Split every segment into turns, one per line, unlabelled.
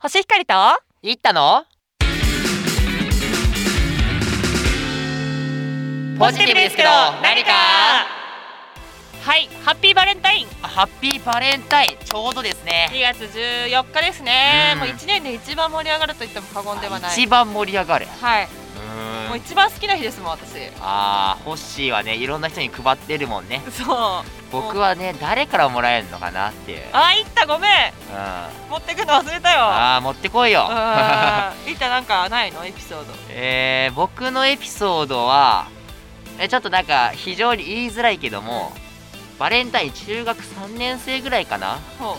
星光と
行ったのポジティブですけど何か
はいハッピーバレンタイン
ハッピーバレンタインちょうどですね
2月14日ですね、
うん
もう1年で一番盛り上がると言っても過言ではない
一番盛り上がる
はいうもう
ーん
一番好きな日ですもん私
あーホッシーはねいろんな人に配ってるもんね
そう
僕はね誰からもらえるのかなっていう、うん、
あーいったごめん
あ
持ってくの忘れたよ
あー持ってこいよ
うーんいったなんかないのエピソード
えー、僕のエピソードはえちょっとなんか非常に言いづらいけどもバレンタイン中学3年生ぐらいかな
ほ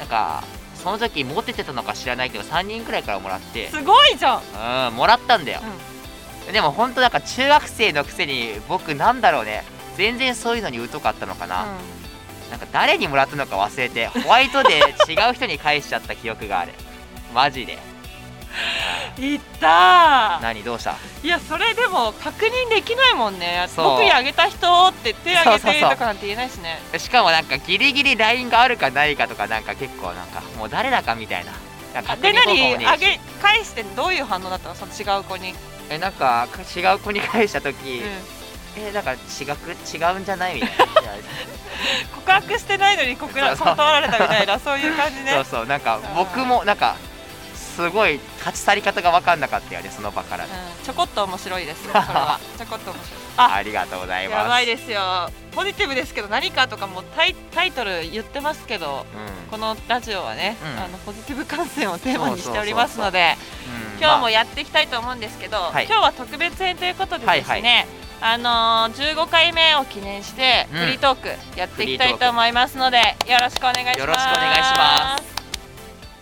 なんかその時モテてたのか知らないけど3人くらいからもらって
うすごいじゃん
うんもらったんだよ、でも本当なんか中学生のくせに僕なんだろうね全然そういうのに疎かったのかな、なんか誰にもらったのか忘れてホワイトで違う人に返しちゃった記憶があるマジで
うんいったー
何どうした
いやそれでも確認できないもんね
そう
僕にあげた人って手あげ
そうそう
て
そう
とかなんて言えないしね
しかもなんかギリギリ LINE があるかないかとかなんか結構なんかもう誰だかみたいななんか確
で
認方法
何
ね
あげ返してどういう反応だったのその違う子に、
えなんか違う子に返した時、えなんか違く違うんじゃないみたいないや
告白してないのに告
そ
ら
うそう
断られた みたいなそういう感じね
そうそうなんか僕もなんかすごい立ち去り方が分かんなかったよねその場から、
うんちょこっと面白いです ねそれはちょこっと面白いあ
ありがとうございます
やばいですよポジティブですけど何かとかもタイタイトル言ってますけどこのラジオはね、
うん
あのポジティブ観戦をテーマにしておりますので
うんうん
今日も
ま
やっていきたいと思うんですけど、
はい
今日は特別編ということでです
はい
ね、あのー、15回目を記念して
うん
フリートークやっていきたいと思いますので、よろしくお願いします
よろしくお願いします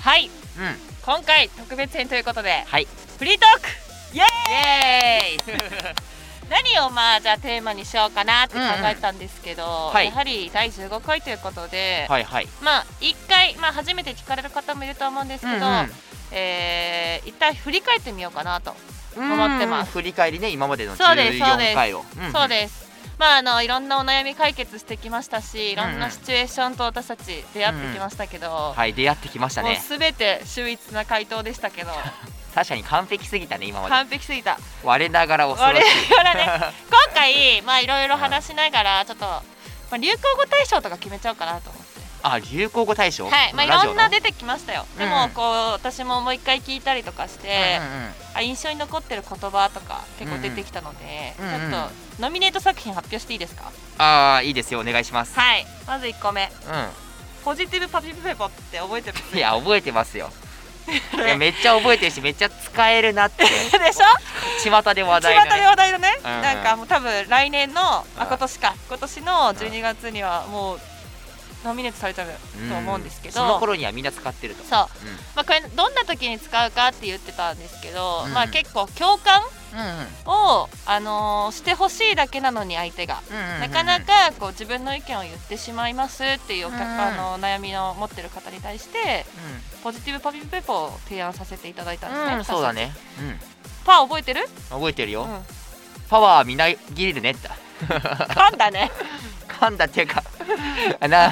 はい
あうん
今回特別編ということで
はいイ
フリートークイエーイ
エーイ
何をまあじゃあテーマにしようかなって考えたんですけど、
はい
やはり第15回ということで、
はいはい
まあ一回、まあ、初めて聞かれる方もいると思うんですけど、えー一旦振り返ってみようかなと、
うんうん
思ってま
う
す
ん振り返りね今までの
そうですそうで
14
す
回をんん
そうですまああのいろんなお悩み解決してきましたしいろん
うん
なシチュエーションと私たち出会ってきましたけど、
はい出会ってきました
もう
ね
すべて秀逸な回答でしたけど
確かに完璧すぎたね今まで
完璧すぎた
我ながら恐
我
ろしい
々 ね今回まあいろいろ話しながらちょっと、まあ、流行語大賞とか決めちゃおうかなと思って
あ流行語大賞
はいまあい
ラジオの
ろんな出てきましたよで
う
も
ん
こう私ももう一回聞いたりとかして、あ印象に残ってる言葉とか結構出てきたので、
うんうん
ちょっとノミネート作品発表していいですか
ああいいですよお願いします
はいまず1個目
う
ポジティブパピプペポって覚えてま
ん
す
いや覚えてますよいやめっちゃ覚えてるしめっちゃ使えるなって
でしょ
巷で話
巷で
題のね
話題のね、
うんうん
なんかもう多分来年のあ
うん
今年か今年の12月にはもうノミネートされちゃうと思うんですけど、
その頃にはみんな使ってると
そう、まあ、これどんな時に使うかって言ってたんですけど、
うん
まあ結構共感
うんうん
を、あのーしてほしいだけなのに相手が。
うん
なかなかこう自分の意見を言ってしまいますっていうお客、
うん
あの悩みを持ってる方に対して
う
ポジティブパピプペポを提案させていただいたんですね。
ん、うん、そうだねうん
パー覚えてる？
覚えてるよ、
うん
パワーみなぎれるねって
噛んだね。
噛んだっていうか あな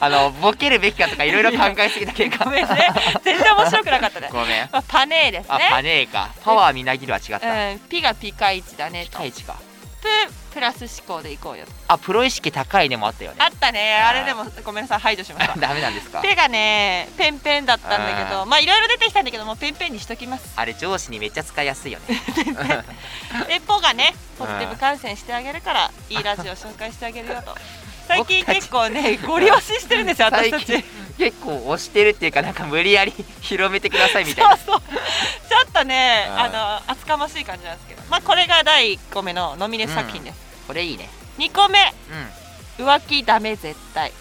あのボケるべきかとかいろいろ考えすぎた結
ご
果
めんね。全然面白くなかったね。
ごめんあ
まあパネーです
パ
ね。
ネーかパワーみなぎるは違った
うん、ピがピカイチだね
ピ
と。
カイチか
ププラス思考でいこうよと。
あプロ意識高いねもあったよね
あったね。あれでもごめんなさい排除しました。
ダメなんですか
ペがねペンペンだったんだけ
あ
ど、まあいろいろ出てきたんだけどもうペンペンにしとき ます。
あれ上司にめっちゃ使いやすいよね
でポがねポジティブ感染してあげるからいいラジオ紹介してあげるよ と。最近結構ねゴリ押ししてるんですよ私たち。
最結構押してるっていうかなんか無理やり 広めてくださいみたい
そう
な
そうちょっとね
うん
あの厚かましい感じなんですけどまあこれが第1個目のノミネ作品です、
これいいね
2個目
うん
浮気ダメ絶対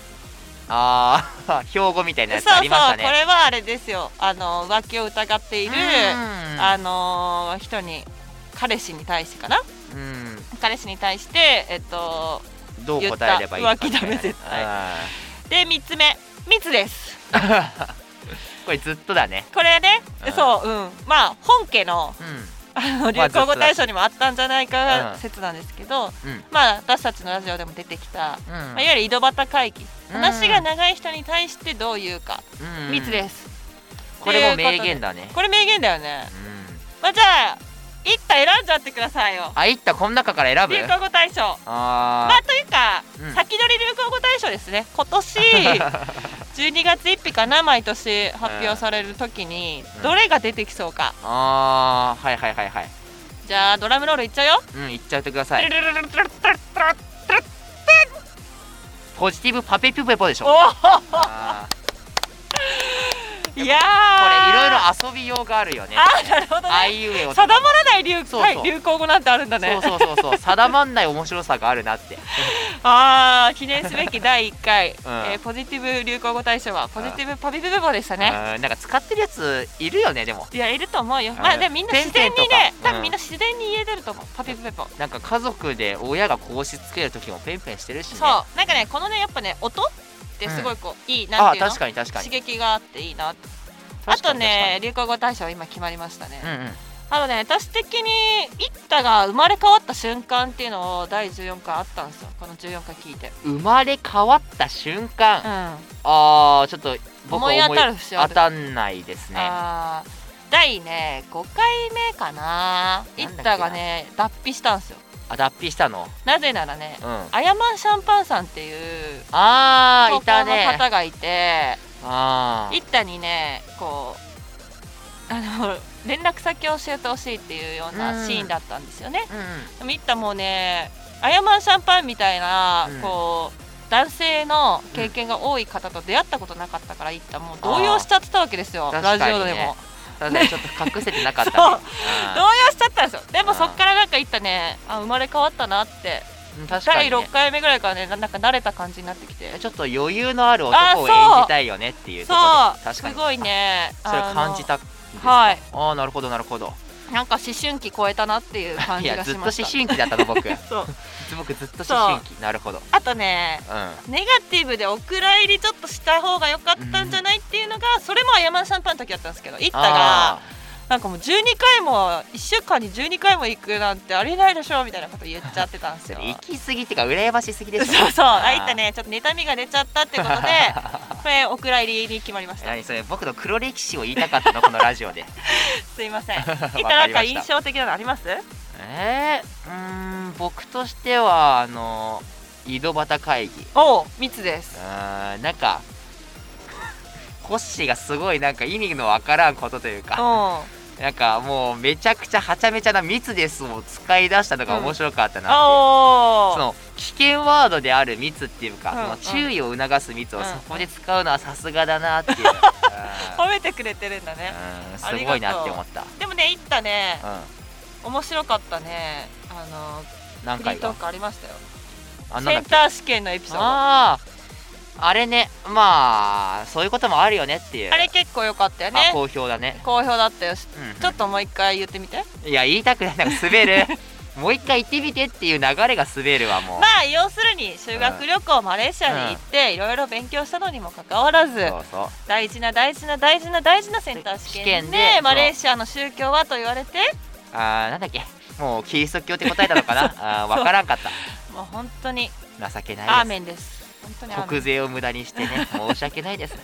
ああ 標語みたいなやつ
そう
あ
そうこ
りましたね
れはあれですよあの浮気を疑っている、
うん
あのー人に彼氏に対してかな
うん
彼氏に対してえっと
どう答えればいいのかみたいな
言った浮気ダメ絶対
あ
で3つ目密です
ーこれずっとだね
これね
うん
そううんまあ本家の
うん
あの流
まあ
行語大賞にもあったんじゃないか
うん
説なんですけど、
うん
まあ私たちのラジオでも出てきた、
うん
まあ、いわゆる井戸端会議
うん
話が長い人に対してどう言うか、
うん
密です
これも名言だね
これ名言だよね
うん
まあじゃあ一体選んじゃってくださいよ
あいったこの中から
流
選ぶ
行語大賞ま
あ
あというか、
うん
先取り流行語大賞ですね今年 12月1日かな毎年発表される時に
うん
どれが出てきそうか
ーあーはいはいはいはい
じゃあドラムロールいっちゃうよ、
うんいっちゃってください
ルルルルルルルルル
ポジティブパペピュペポでしょ
お
あー
おいや
これいろいろ
ー
遊びようがあるよね
あーなるほど
あ
ね
いうえおと
定
か
まらない流
そうそう
はい流行語なんてあるんだね
そうそう そうそう定まんない面白さがあるなって
あー記念すべき第1回、
ん
えーポジティブ流行語大賞はポジティブパビブブボでしたね、
うんなんか使ってるやついるよねでも
いやいると思うよ。まあ
うん
でもみんな自然に
ペ
ね
ンペンと、か
多分みんな自然に言えてると思う。パピプペポ。
なんか家族で親が格子つける時もペンペンしてるしね
そう、なんかねこのねやっぱね音ってすごいこういいな
あ
ん
あ
ていうの。
確かに確かに
刺激があっていいな。あ
確か
と
に
ね流行語大賞は今決まりましたね。
確かにうんうん
あのね私的に一太が生まれ変わった瞬間っていうのを第14回あったんですよ。この14回聞いて。
生まれ変わった瞬間、
う
あ
ん。
あーちょっと僕
思い当たる節あ
当
る。
たんないですね
あー第ね5回目かな。
け
一
な
太がね脱皮したんですよ。
あ脱皮したの
なぜならね
う。んあ
アヤマンシャンパンさんっていう
あーい
高
た
校の
ね
方がいて、
あ
一太にねこうあの連絡先を教えてほしいっていうよう
う
なんシーンだったんですよね。
あうんうん
でも一太もうねアヤマンシャンパンみたいな、
うん
こう男性の経験が多い方と出会ったことなかったから一太もう動揺しちゃってたわけですよ
あー
ラジオ
確
で
かにね
も、
ただちょっと隠せてなかった
そう
ね
動揺しちゃったんですよでもそっからなんか一太ねあ生まれ変わったなって
うんうん確か
第
に、
6
ね、
回目ぐらいからねななんか慣れた感じになってきて
ちょっと余裕のある男を演じたいよねっていうところで
そ
確
う
か
す
に
ごいね
それを感じ
あ
たんです
の
か
はい
ああなるほどなるほど
なんか思春期超えたなっていう感
い
じ
や
が
ずっ
し
と
ま
思
した
春期だったの僕
そう
僕ずっと思春期なるほど
あとね
うんあ
ネガティブでお蔵入りちょっとした方が良かったんじゃないっていうのが、それも山田シャンパンの時だったんですけど行ったが
あ
なんかもう12回も1週間に12回も行くなんてありえないでしょみたいなこと言っちゃってたんです
ー
よ
行き過ぎ っていうか羨ましすぎです
そうそうあ行
行
ったねちょっと妬みが出ちゃったってことでこれお蔵入りに決まりました
何それ僕の黒歴史を言いたかっ たのこのラジオで
すい ません行
か
っ
りました
たなんか印象的なのあります
えー、うーん僕としてはあの井戸端会議
おう密です
うーんなんかホッシーがすごいなんか意味のわからんことというか
おう
なんかもうめちゃくちゃはちゃめちゃな「密です」を使い出したのが面白かったなっていう、
あお
そ
う
の危険ワードである密っていうか、
うんうん
その注意を促す密
う
を
んうん
そこで使うのはさすがだなっていう、うん
褒めてくれてるんだね
うんすごいなって思った、
でもね行ったね
う
面白かったねあ
ん、
の
何
フリ
回
ートー
か
クありましたよ
あ
セ
なん
ン
だっ
ター試験のエピ
け
ソードあ
あーあれねまあそういうこともあるよねっていう
れ結構良かったよ
まあ
ね
好評だね、
好評だったよし
うんうん
ちょっともう一回言ってみて
いや言いたくないなんか滑 るもう一回行ってみてっていう流れが滑るわもう
まあ要するに修学旅行マレーシアに行っていろいろ勉強したのにもかかわらず
そうそう
大事な大事な大事な大事なセンター試
試
験
験
で
で
マレーシアの宗教はと言われて
あーなんだっけもうキリスト教って答えたのか なあーわからんかった
もう本当に
情け
ア
ない
ー
で
メンです本当に
す
アーメ
国
ン
税を無駄にして ね申し訳ないです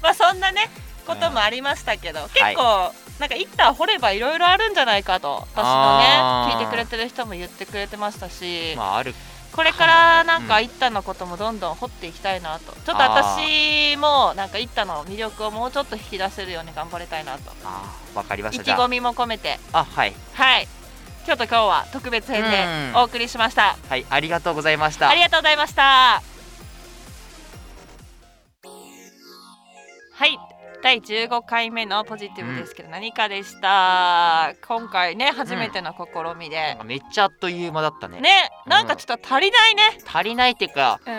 まあそんなねこともありましたけど、結構、なんか一旦掘ればいろいろあるんじゃないかと私
あ
の
ー
ね聞いてくれてる人も言ってくれてましたし、
まあある
これからなん
う
か
ん
一旦のこともどんどん掘っていきたいなとちょっと私もなんか一旦の魅力をもうちょっと引き出せるように頑張りたいなと
あーわかりまし
意
た
気
じゃあ
込みも込めて
あはい
はい今日と今日は特別編
うん
でお送りしました
はいありがとうございました
ありがとうございましたはい第15回目のポジティブですけど何かでした、今回ね初めての試みで、
めっちゃあっという間だったね
ねなんかちょっと足りないね
足りないっていうか
う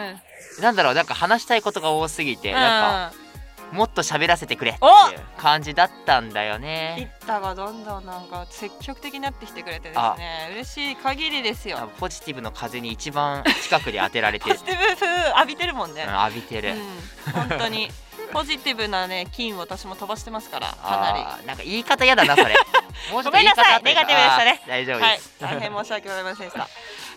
ん、
なんだろうなんか話したいことが多すぎて、なんか
か
もっと喋らせてくれっていう感じだったんだよ
ピッ
ね
タがどんどんなんか積極的になってきてくれてですね嬉しい限りですよ
ポジティブの風に一番近くで当てられて
ポ
る
ジティブ風浴びてるもんね、
うん浴びて
う
る、
ん、本当にポジティブなね金を私も飛ばしてますからか
なりなんか言い方嫌だなそ れ
もうちょっと言い方あった
り
ごめんなさいネガティブでしたね
大丈夫
は
で
い
す、
大変申し訳ございませんで した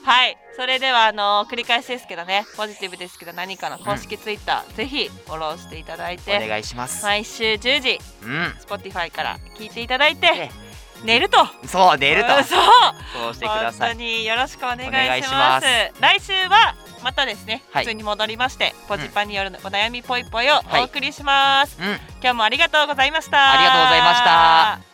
はいそれではあの繰り返しですけどねポジティブですけど何かの公式ツイッター、ぜひフォローしていただい
お
て
願いします、
毎週10時
う
Spotify から聞いていただいて
ね
寝ると
んそう寝ると
うんそう
そうしてくだ
本
さ
当
い
によろしくお願いし
お願いし
ま
ますす
来週はまたですね、
はい
普通に戻りましてポジパンによるお悩みぽいぽいをお送りします、
うん
今日もありがとうございました
ありがとうございました